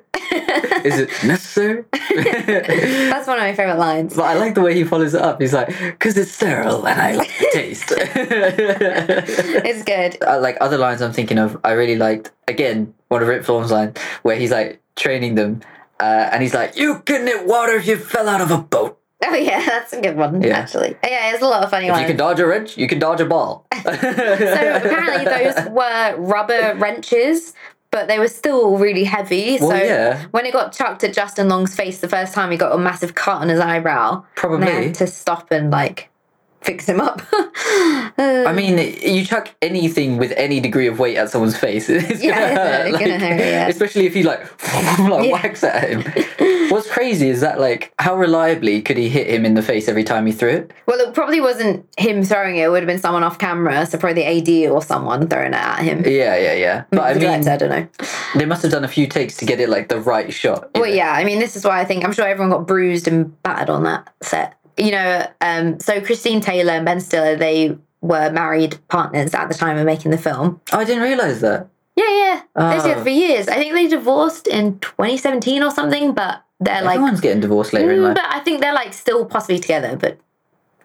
S2: Is it necessary? but
S1: That's one of my favorite lines.
S2: I like the way he follows it up. He's like, because it's sterile and I like the taste.
S1: It's good.
S2: uh, like other lines I'm thinking of, I really liked again one of Rip Thorne's line where he's like training them, uh, and he's like, "You couldn't hit water if you fell out of a boat.
S1: Oh yeah, that's a good one
S2: Yeah.
S1: actually. Oh, Yeah, it's a lot of funny
S2: If
S1: ones.
S2: you can dodge a wrench, you can dodge a ball." so
S1: so apparently those were rubber wrenches, but they were still really heavy.
S2: Well,
S1: so
S2: yeah.
S1: when it got chucked at Justin Long's face the first time, he got a massive cut on his eyebrow. And they
S2: probably.
S1: had to stop and like fix him up. Uh,
S2: I mean, you chuck anything with any degree of weight at someone's face, it's gonna
S1: Yeah, it's
S2: hurt.
S1: gonna
S2: like,
S1: hurt, yeah.
S2: Especially if you like, like
S1: Yeah.
S2: whacks at him. What's crazy is that like, how reliably could he hit him in the face every time he threw it?
S1: well, it probably wasn't him throwing it. It would have been someone off camera, so probably the AD or someone throwing it at him.
S2: Yeah, yeah, yeah. But I
S1: The
S2: mean,
S1: director, I don't know.
S2: They must have done a few takes to get it like the right shot. you
S1: Well,
S2: know?
S1: yeah, I mean, this is why I think I'm sure everyone got bruised and battered on that set. You know, um, so Christine Taylor and Ben Stiller, they were married partners at the time of making the film.
S2: Oh, I didn't realize that.
S1: Yeah, yeah, they
S2: Oh.
S1: did for years. I think they divorced in 2017 or something, but they're like,
S2: Everyone's getting divorced later in
S1: Mm,
S2: life.
S1: but I think they're like still possibly together, but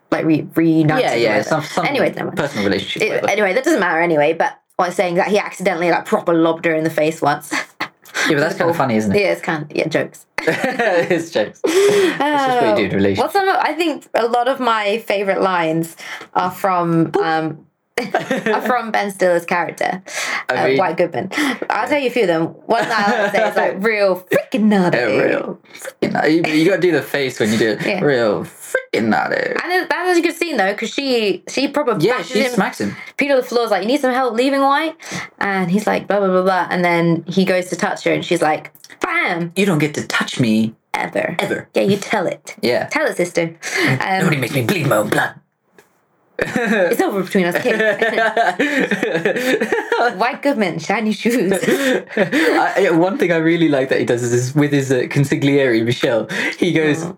S1: like re- reunited.
S2: yeah,
S1: or
S2: yeah.
S1: whatever.
S2: Some, some
S1: Anyway, never mind.
S2: personal relationship.
S1: It-
S2: whatever.
S1: anyway, that doesn't matter anyway. But what I was saying is that he accidentally like proper lobbed her in the face once. yeah,
S2: yeah, but that's kind of funny, isn't it?
S1: it's kind of yeah jokes.
S2: it's jokes. That's just what you do in relationships.
S1: Oh. Well, some of, I think a lot of my favorite lines are from um, are from Ben Stiller's character, uh,
S2: I mean-
S1: White Goodman. I'll tell you a few of them. One that I like to say is like real freaking naughty.
S2: Yeah, real. freaking naughty. You, you gotta do the face when you do it.
S1: Yeah.
S2: Real freaking naughty.
S1: And it- that is a good scene though, because she she probably
S2: Yeah, she
S1: him.
S2: smacks him.
S1: Pete on the floor is like, "You need some help leaving White," and he's like, "Blah blah blah blah," and then he goes to touch her, and she's like, "Bam!"
S2: You don't get to touch me
S1: Ever.
S2: ever.
S1: Yeah, you tell it.
S2: Yeah.
S1: Tell it, sister. Um,
S2: Nobody makes me bleed my own blood.
S1: it's over between us. Kid.
S2: I
S1: White Goodman, shiny shoes.
S2: I, one thing I really like that he does is, is with his uh, consigliere Michelle. He goes
S1: Oh.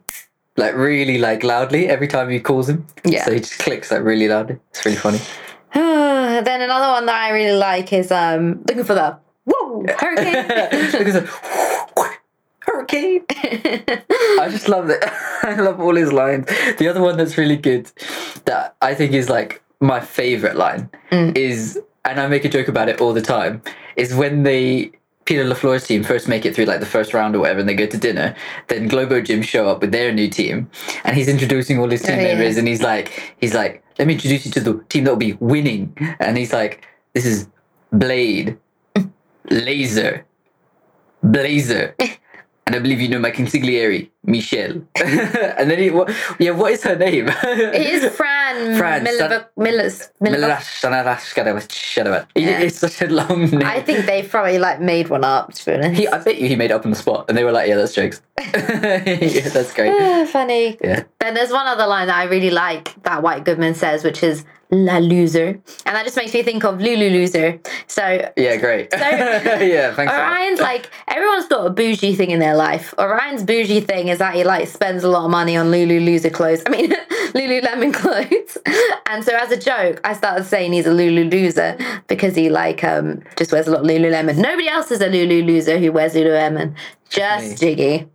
S2: like really like loudly every time he calls him.
S1: Yeah.
S2: So he just clicks like really loudly. It's really funny.
S1: then another one that I really like is um looking for the whoa hurricane.
S2: Because of- Hurricane. I just love it. I love all his lines. The other one that's really good, that I think is like my favorite line,
S1: Mm.
S2: is, and I make a joke about it all the time, is when they. Peter LaFleur's team first make it through like the first round or whatever, and they go to dinner. Then Globo Jim show up with their new team, and he's introducing all his team
S1: Oh, yeah.
S2: members, and he's like, he's like, let me introduce you to the team that will be winning, and he's like, this is Blade, Laser, Blazer. And I believe you know my consigliere, Michelle. and then he, what, yeah, what is her name?
S1: it is Fran
S2: Fran,
S1: Miller,
S2: that-
S1: Miller, Miller.
S2: Milash, Sanarash, Gadawach, Shadawach. It-
S1: Yeah.
S2: It's such a long name.
S1: I think they probably like made one up to be honest.
S2: he, I bet you he made it up on the spot, and they were like, "Yeah, that's jokes. yeah, that's great."
S1: Ah, Funny.
S2: Yeah.
S1: Then there's one other line that I really like that White Goodman says, which is "La loser," and that just makes me think of Lulu loser. So
S2: Yeah, great. yeah, thanks. a lot.
S1: Orion's like everyone's got a bougie thing in their life. Orion's bougie thing is that he like spends a lot of money on Lulu loser clothes. I mean Lululemon clothes. And so as a joke, I started saying he's a Lulu loser because he like um just wears a lot of Lululemon. Nobody else is a Lulu loser who wears Lululemon. Just Jiggy.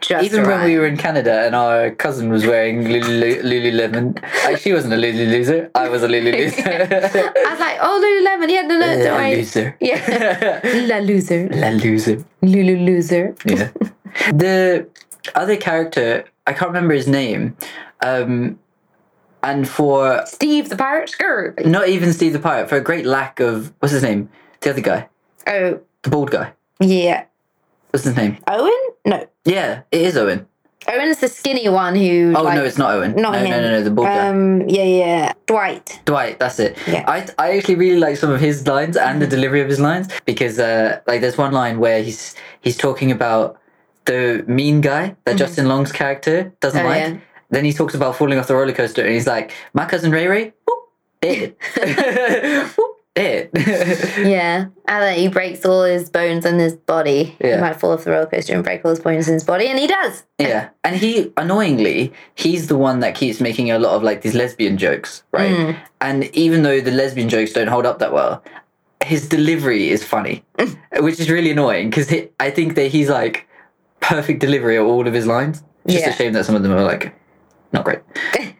S1: Just
S2: Even when we
S1: Orion.
S2: were in Canada and our cousin was wearing Lulu- Lululemon, like, she wasn't a Lulu loser. I was a Lulu loser.
S1: I was like, oh Lululemon, yeah, no, no, don't
S2: La
S1: worry.
S2: loser.
S1: Yeah. La loser.
S2: La loser.
S1: Lulu loser.
S2: yeah. the other character, I can't remember his name, um, and for
S1: Steve the pirate. Skrr.
S2: not even Steve the Pirate, for a great lack of what's his name, the other guy,
S1: Oh,
S2: the bald guy,
S1: yeah.
S2: what's his name?
S1: Owen? No.
S2: Yeah, it is Owen.
S1: Owen's the skinny one who.
S2: Oh
S1: like,
S2: no, it's not Owen.
S1: not
S2: no,
S1: him.
S2: no, no, no, the bald guy.
S1: Um, yeah, yeah. Dwight.
S2: Dwight, that's it.
S1: Yeah. Mm-hmm.
S2: I, I actually really like some of his lines and the delivery of his lines because uh, like there's one line where he's he's talking about the mean guy that Justin Long's character doesn't
S1: Mm-hmm. Oh,
S2: like.
S1: yeah.
S2: Then he talks about falling off the roller coaster and he's like, "My cousin Ray Ray, whoop, dead, whoop, dead."
S1: Yeah. And then he breaks all his bones in his body. He
S2: Yeah.
S1: might fall off the roller coaster and break all his bones in his body, and he does.
S2: yeah, and he annoyingly he's the one that keeps making a lot of like these lesbian jokes, right?
S1: Mm.
S2: And even though the lesbian jokes don't hold up that well, his delivery is funny, which is really annoying because I think that he's like perfect delivery of all of his lines. It's just
S1: Yeah.
S2: a shame that some of them are like not great.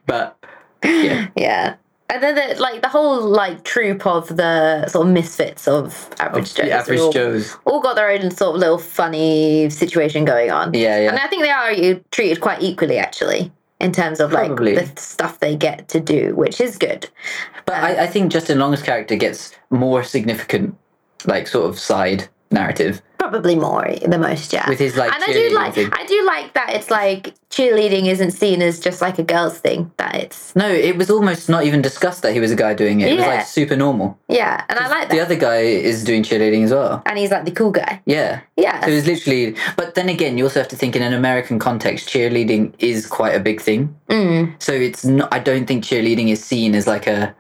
S2: but yeah,
S1: Yeah. And then the, like the whole like troop of the sort of misfits of average
S2: of
S1: Joes,
S2: the
S1: are
S2: average
S1: all,
S2: Joes.
S1: all got their own sort of little funny situation going on.
S2: Yeah,
S1: And
S2: yeah.
S1: I think they are you- treated quite equally actually in terms of like
S2: Probably.
S1: the stuff they get to do, which is good.
S2: But I, I think Justin Long's character gets more significant, like sort of side narrative
S1: Probably more the most, yeah.
S2: with his like
S1: and I do
S2: cheerleading
S1: like
S2: thing.
S1: I do like that it's like cheerleading isn't seen as just like a girl's thing. That it's
S2: No, it was almost not even discussed that he was a guy doing it. It was
S1: Yeah.
S2: like super normal.
S1: yeah, and I like that.
S2: The other guy is doing cheerleading as well.
S1: and he's like the cool guy.
S2: Yeah.
S1: Yeah.
S2: So it's literally, but then again, you also have to think in an American context, cheerleading is quite a big thing.
S1: Mm.
S2: So it's not, I don't think cheerleading is seen as like a,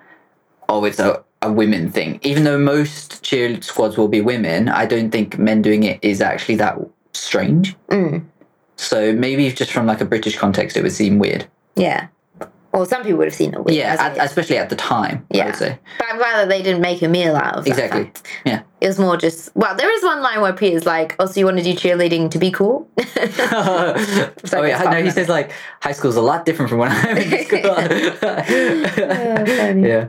S2: oh, it's a, a women thing. Even though most cheer squads will be women, I don't think men doing it is actually that strange.
S1: Mm.
S2: So maybe just from like a British context, it would seem weird.
S1: Yeah. Well, some people would have seen it. Weird,
S2: Yeah,
S1: as
S2: at,
S1: it is.
S2: especially at the time, I
S1: Yeah.
S2: would say.
S1: but I'm glad that they didn't make a meal out of that
S2: Exactly.
S1: fact.
S2: Yeah.
S1: It was more just well, there is one line where Peter's like, "Oh, so you want to do cheerleading to be cool?"
S2: oh yeah, no, he says like high school's a lot different from when I'm in school. yeah.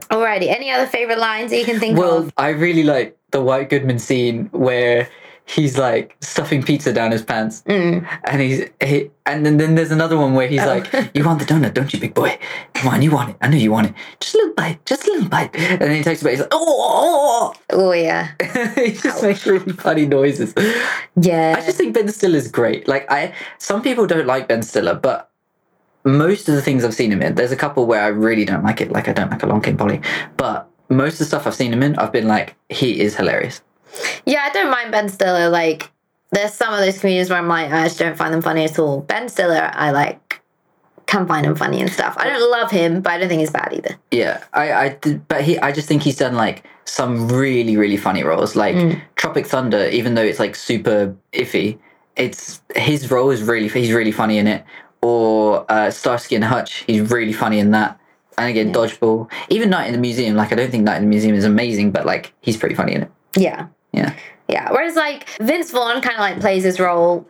S1: Alrighty. Any other favorite lines that you can think
S2: Well,
S1: of?
S2: I really like the White Goodman scene where he's like stuffing pizza down his pants,
S1: Mm.
S2: and he's he, and then, then there's another one where he's like, "You want the donut, don't you, big boy? Come on, you want it. I know you want it. Just a little bite, just a little bite." And then he takes a bite. He's like, "Oh!"
S1: Oh yeah.
S2: he just makes really funny noises.
S1: Yeah.
S2: I just think Ben Stiller's great. Like I, some people don't like Ben Stiller, but most of the things I've seen him in, there's a couple where I really don't like it. Like I don't like Along Came Polly, but most of the stuff I've seen him in, I've been like, he is hilarious.
S1: Yeah, I don't mind Ben Stiller. Like, there's some of those comedians where I'm like, I just don't find them funny at all. Ben Stiller, I like, can find him funny and stuff. I don't love him, but I don't think he's bad either.
S2: Yeah, I, I, did- but he, I just think he's done like some really really funny roles like
S1: Mm.
S2: Tropic Thunder even though it's like super iffy it's his role is really he's really funny in it or uh, Starsky and Hutch he's really funny in that and again
S1: Yeah.
S2: Dodgeball even Night in the Museum like I don't think Night in the Museum is amazing but like he's pretty funny in it
S1: Yeah.
S2: Yeah.
S1: Yeah. Whereas like Vince Vaughn kind of like plays his role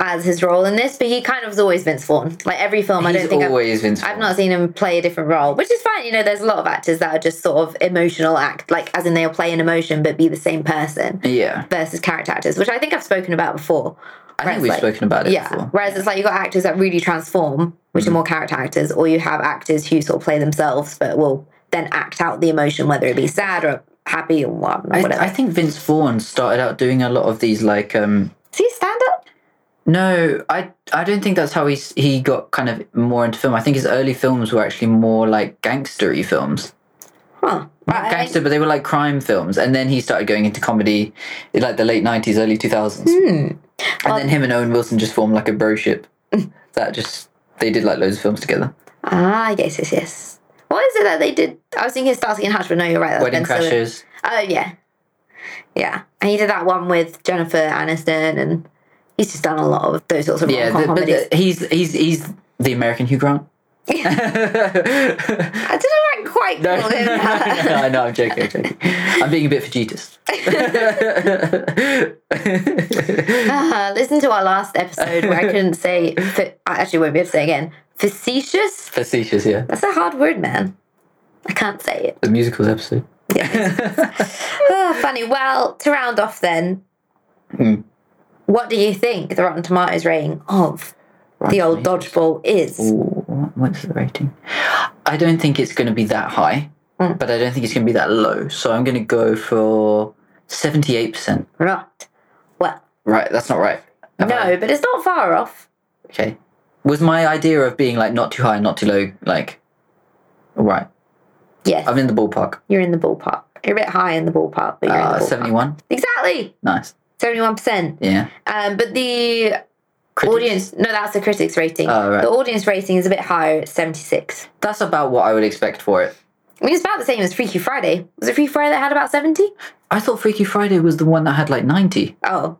S1: as his role in this, but he kind of was always Vince Vaughn. Like every film, I
S2: he's
S1: don't think I've,
S2: always Vince
S1: I've
S2: Vaughn.
S1: not seen him play a different role, which is fine. You know, there's a lot of actors that are just sort of emotional act, like as in they'll play an emotion but be the same person
S2: yeah
S1: versus character actors, which I think I've spoken about before.
S2: I
S1: Whereas,
S2: think we've
S1: like-
S2: spoken about it
S1: Yeah.
S2: before Mm.
S1: Whereas it's like you've got actors that really transform, which are more character actors, or you have actors who sort of play themselves but will then act out the emotion, whether it be sad or happy or what-
S2: I,
S1: whatever.
S2: I think Vince Vaughn started out doing a lot of these like um
S1: Is he stand up?
S2: No, I I don't think that's how he he got kind of more into film. I think his early films were actually more like gangstery films,
S1: Huh.
S2: not
S1: Right, I
S2: gangster, but they were like crime films. And then he started going into comedy, in like the late nineties, early two thousands.
S1: think- hmm.
S2: And then him and Owen Wilson just formed like a bro ship that just they did like loads of films together.
S1: Ah, yes, yes, yes. What is it that they did? I was thinking Starsky and Hutch, but no, you're right. That's
S2: Wedding
S1: Ben Stiller.
S2: Crashers.
S1: Oh, yeah. Yeah. And he did that one with Jennifer Aniston, and he's just done a lot of those sorts of
S2: Yeah,
S1: rom-com
S2: the- but
S1: comedies.
S2: the- he's he's he's the American Hugh Grant.
S1: I didn't rank quite
S2: No,
S1: well in
S2: no,
S1: that.
S2: no, no, no, I'm joking, I'm joking. I'm being a bit fagitist.
S1: Ah, Listen to our last episode where I couldn't say, fa- I actually won't be able to say again, facetious?
S2: Facetious, yeah.
S1: That's a hard word, man. I can't say it.
S2: The musicals episode.
S1: Oh, funny. Well, to round off then,
S2: Hmm.
S1: what do you think the Rotten Tomatoes rating of the old dodgeball is?
S2: Ooh, What's the rating? I don't think it's going to be that high,
S1: Mm.
S2: but I don't think it's going to be that low. So I'm going to go for 78%.
S1: Right. Well,
S2: Right, that's not right. Have I-
S1: no, but it's not far off.
S2: Okay. Was my idea of being like not too high, not too low, like, all right?
S1: Yes,
S2: I'm in the ballpark.
S1: you're in the ballpark. You're a bit high in the ballpark, but you're
S2: Uh,
S1: in the ballpark.
S2: 71?
S1: Exactly,
S2: Nice.
S1: seventy-one percent.
S2: Yeah.
S1: Um, but the
S2: Critics.
S1: audience, no, that's the critics' rating.
S2: Oh, right.
S1: The audience rating is a bit higher, it's seventy-six.
S2: That's about what I would expect for it.
S1: I mean, it's about the same as Freaky Friday. Was it Freaky Friday that had about seventy?
S2: I thought Freaky Friday was the one that had like 90.
S1: Oh,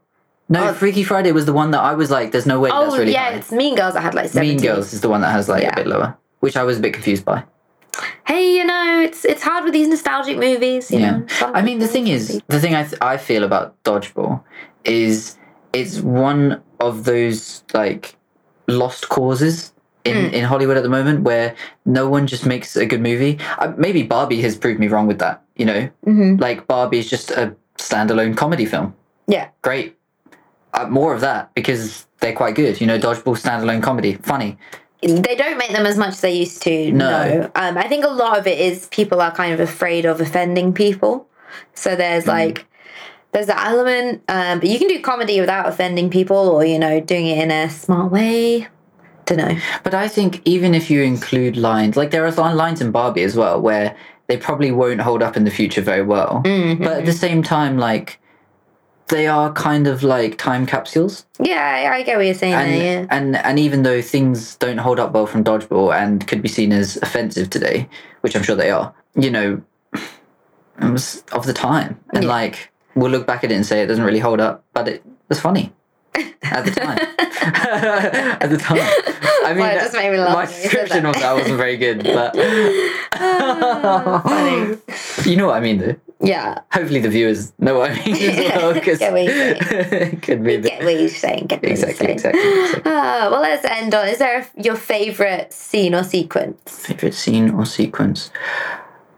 S2: No,
S1: Oh.
S2: Freaky Friday was the one that I was like, there's no way
S1: oh,
S2: that's really
S1: yeah,
S2: high.
S1: it's Mean Girls that had like seventy.
S2: Mean Girls is the one that has like
S1: Yeah.
S2: a bit lower, which I was a bit confused by.
S1: hey, you know, it's it's hard with these nostalgic movies. You
S2: Yeah.
S1: know, some
S2: I mean, the thing is, the thing I, th- I feel about Dodgeball is it's one of those like lost causes.
S1: Hmm.
S2: In, in Hollywood at the moment, where no one just makes a good movie. Uh, maybe Barbie has proved me wrong with that, you know?
S1: Mhm.
S2: Like, Barbie is just a standalone comedy film.
S1: yeah,
S2: great. Uh, more of that because they're quite good. You know, dodgeball standalone comedy, funny.
S1: they don't make them as much as they used to. No.
S2: No.
S1: Um, I think a lot of it is people are kind of afraid of offending people. So there's
S2: Mm.
S1: like, there's that element. Um, but you can do comedy without offending people or, you know, doing it in a smart way. Don't know.
S2: But I think even if you include lines, like there are li- lines in Barbie as well, where they probably won't hold up in the future very well.
S1: Mm-hmm.
S2: But at the same time, like they are kind of like time capsules.
S1: Yeah, I, I get what you're saying
S2: And,
S1: there. Yeah.
S2: and and even though things don't hold up well from dodgeball and could be seen as offensive today, which I'm sure they are, you know, it was of the time. And
S1: Yeah.
S2: like we'll look back at it and say it doesn't really hold up, but it was funny. At the time. at the time. I mean
S1: Well, it just made me laugh
S2: my
S1: when you said
S2: description
S1: that.
S2: of that wasn't very good, but you know what I mean though.
S1: Yeah.
S2: Hopefully the viewers know what I mean as well, because
S1: Get what you're saying.
S2: it could be a bit
S1: Get what you're saying. Get what
S2: Exactly,
S1: you're saying.
S2: exactly, exactly.
S1: Ah, well, let's end on. Is there a, your favorite scene or sequence?
S2: favorite scene or sequence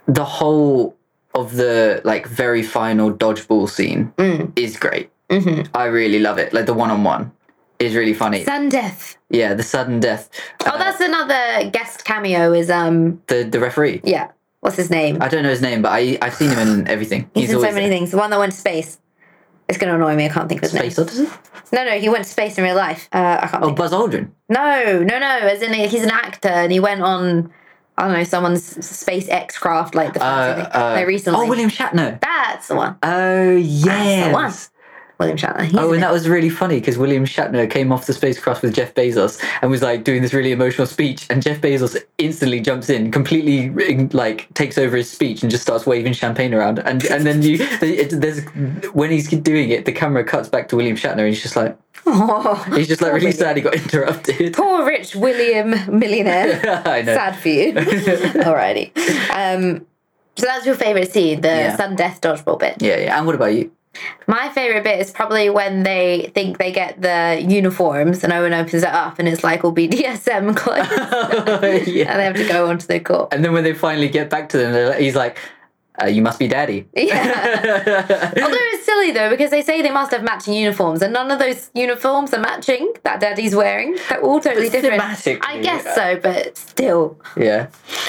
S2: the whole of the like very final dodgeball scene
S1: Mm.
S2: is great
S1: hmm
S2: i really love it like the one-on-one is really funny
S1: Sun death.
S2: yeah the sudden death Uh,
S1: Oh, that's another guest cameo. Is um,
S2: the the referee
S1: yeah, what's his name?
S2: i don't know his name but i i've seen him in everything
S1: He's, in so
S2: always
S1: many
S2: there.
S1: things. The one that went to space. It's gonna annoy me. I can't think of his
S2: space odyssey
S1: Mm-hmm. name. No, no, he went to space in real life. Uh, I can't.
S2: oh
S1: think.
S2: buzz aldrin
S1: No, no, no. As in, he's an actor, and he went on. I don't know someone's SpaceX craft like Ah, the
S2: uh,
S1: fancy thing.
S2: uh,
S1: no, recently.
S2: oh william shatner
S1: That's the one.
S2: oh yes
S1: one. William Shatner. He's
S2: Oh,
S1: in
S2: and
S1: it.
S2: that was really funny because William Shatner came off the spacecraft with Jeff Bezos and was like doing this really emotional speech, and Jeff Bezos instantly jumps in, completely like takes over his speech and just starts waving champagne around. And and then you, it, there's when he's doing it, the camera cuts back to William Shatner, and he's just like
S1: Oh,
S2: he's just like really sad he got interrupted.
S1: poor rich William millionaire.
S2: I know.
S1: Sad for you. Alrighty. Um, so that's your favourite scene, the
S2: Yeah.
S1: sun death dodgeball bit.
S2: Yeah, yeah. And what about you?
S1: My favourite bit is probably when they think they get the uniforms and Owen opens it up and it's like all BDSM clothes.
S2: yeah.
S1: and they have to go onto the court.
S2: And then when they finally get back to them, they're like- he's like, uh, "You must be daddy."
S1: Yeah. Although it's silly though, because they say they must have matching uniforms, and none of those uniforms are matching that daddy's wearing. They're all totally
S2: But
S1: different.
S2: thematically,
S1: I guess so, but still.
S2: Yeah,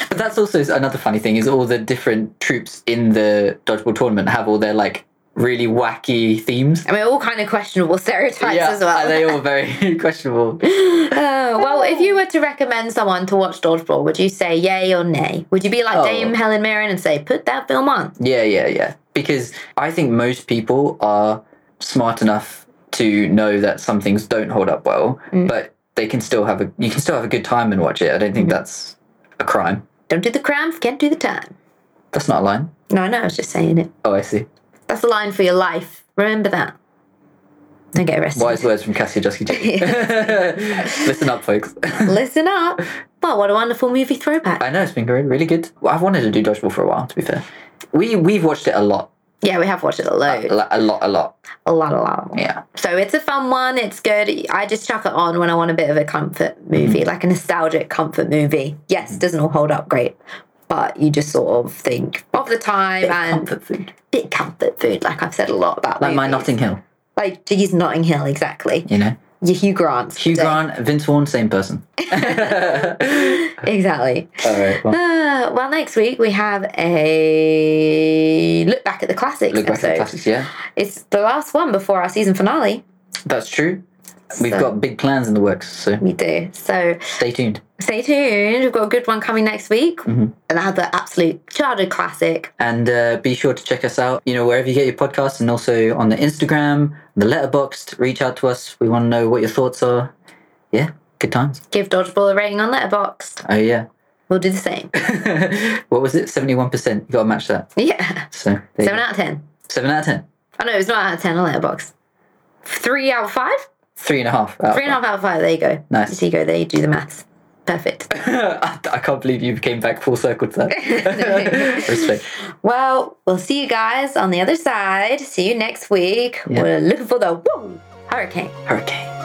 S2: but that's also another funny thing is all the different troops in the dodgeball tournament have all their like really wacky themes.
S1: I mean, all kind of questionable stereotypes
S2: yeah,
S1: as well.
S2: and they all very questionable.
S1: Uh, well, if you were to recommend someone to watch Dodgeball, would you say yay or nay? Would you be like
S2: Oh.
S1: Dame Helen Mirren and say, put that film on?
S2: Yeah, yeah, yeah. Because I think most people are smart enough to know that some things don't hold up well,
S1: Mm.
S2: but they can still have a you can still have a good time and watch it. I don't
S1: Mm-hmm.
S2: think that's a crime.
S1: Don't do the crime, can't do the time.
S2: That's not a line.
S1: No, no, I was just saying it.
S2: Oh, I see.
S1: That's the line for your life. Remember that. Don't get arrested.
S2: Wise words from Cassie Jusky Listen up, folks.
S1: Listen up. Well, what a wonderful movie throwback.
S2: I know it's been going really good. Well, I've wanted to do dodgeball for a while. To be fair, we we've watched it a lot,
S1: Yeah, we have watched it a
S2: a
S1: load.
S2: lo- a lot, a lot.
S1: A lot, a lot.
S2: Uh, Yeah,
S1: So it's a fun one. It's good. I just chuck it on when I want a bit of a comfort movie,
S2: Mm.
S1: like a nostalgic comfort movie. Yes, doesn't all hold up great, but you just sort of think of the time and
S2: comfort food.
S1: bit comfort food. Like I've said a lot about
S2: Like my
S1: movies.
S2: Notting Hill,
S1: Like geez, Notting Hill, exactly.
S2: you know.
S1: Your Hugh Grant.
S2: Hugh Grant, Vince Vaughn, same person.
S1: Exactly.
S2: All right. Well,
S1: Uh, well, next week we have a look back at the classics
S2: look back at
S1: episode.
S2: the classics. Yeah,
S1: It's the last one before our season finale.
S2: that's true. We've
S1: So-
S2: got big plans in the works, so
S1: We do. So
S2: stay tuned.
S1: stay tuned. We've got a good one coming next week.
S2: Mhm.
S1: Another absolute childhood classic.
S2: And uh, be sure to check us out. You know wherever you get your podcasts, and also on the Instagram, the Letterboxd. Reach out to us. We want to know what your thoughts are. Yeah, good times.
S1: Give Dodgeball a rating on Letterboxd.
S2: Oh yeah.
S1: We'll do the same.
S2: what was it? Seventy-one percent. You got to match that.
S1: yeah.
S2: So there you
S1: Seven
S2: go.
S1: out of ten.
S2: seven out of ten.
S1: Oh no, it's not out of ten on Letterboxd. Three out of five?
S2: Three and a half. Out of
S1: Three and a half out of five. There you go.
S2: Nice.
S1: There you go. There you do the maths. Perfect.
S2: five. I can't believe you came back full circle to that. Respect.
S1: well, we'll see you guys on the other side. See you next week.
S2: Yeah.
S1: We're looking for the whoa hurricane.
S2: Hurricane.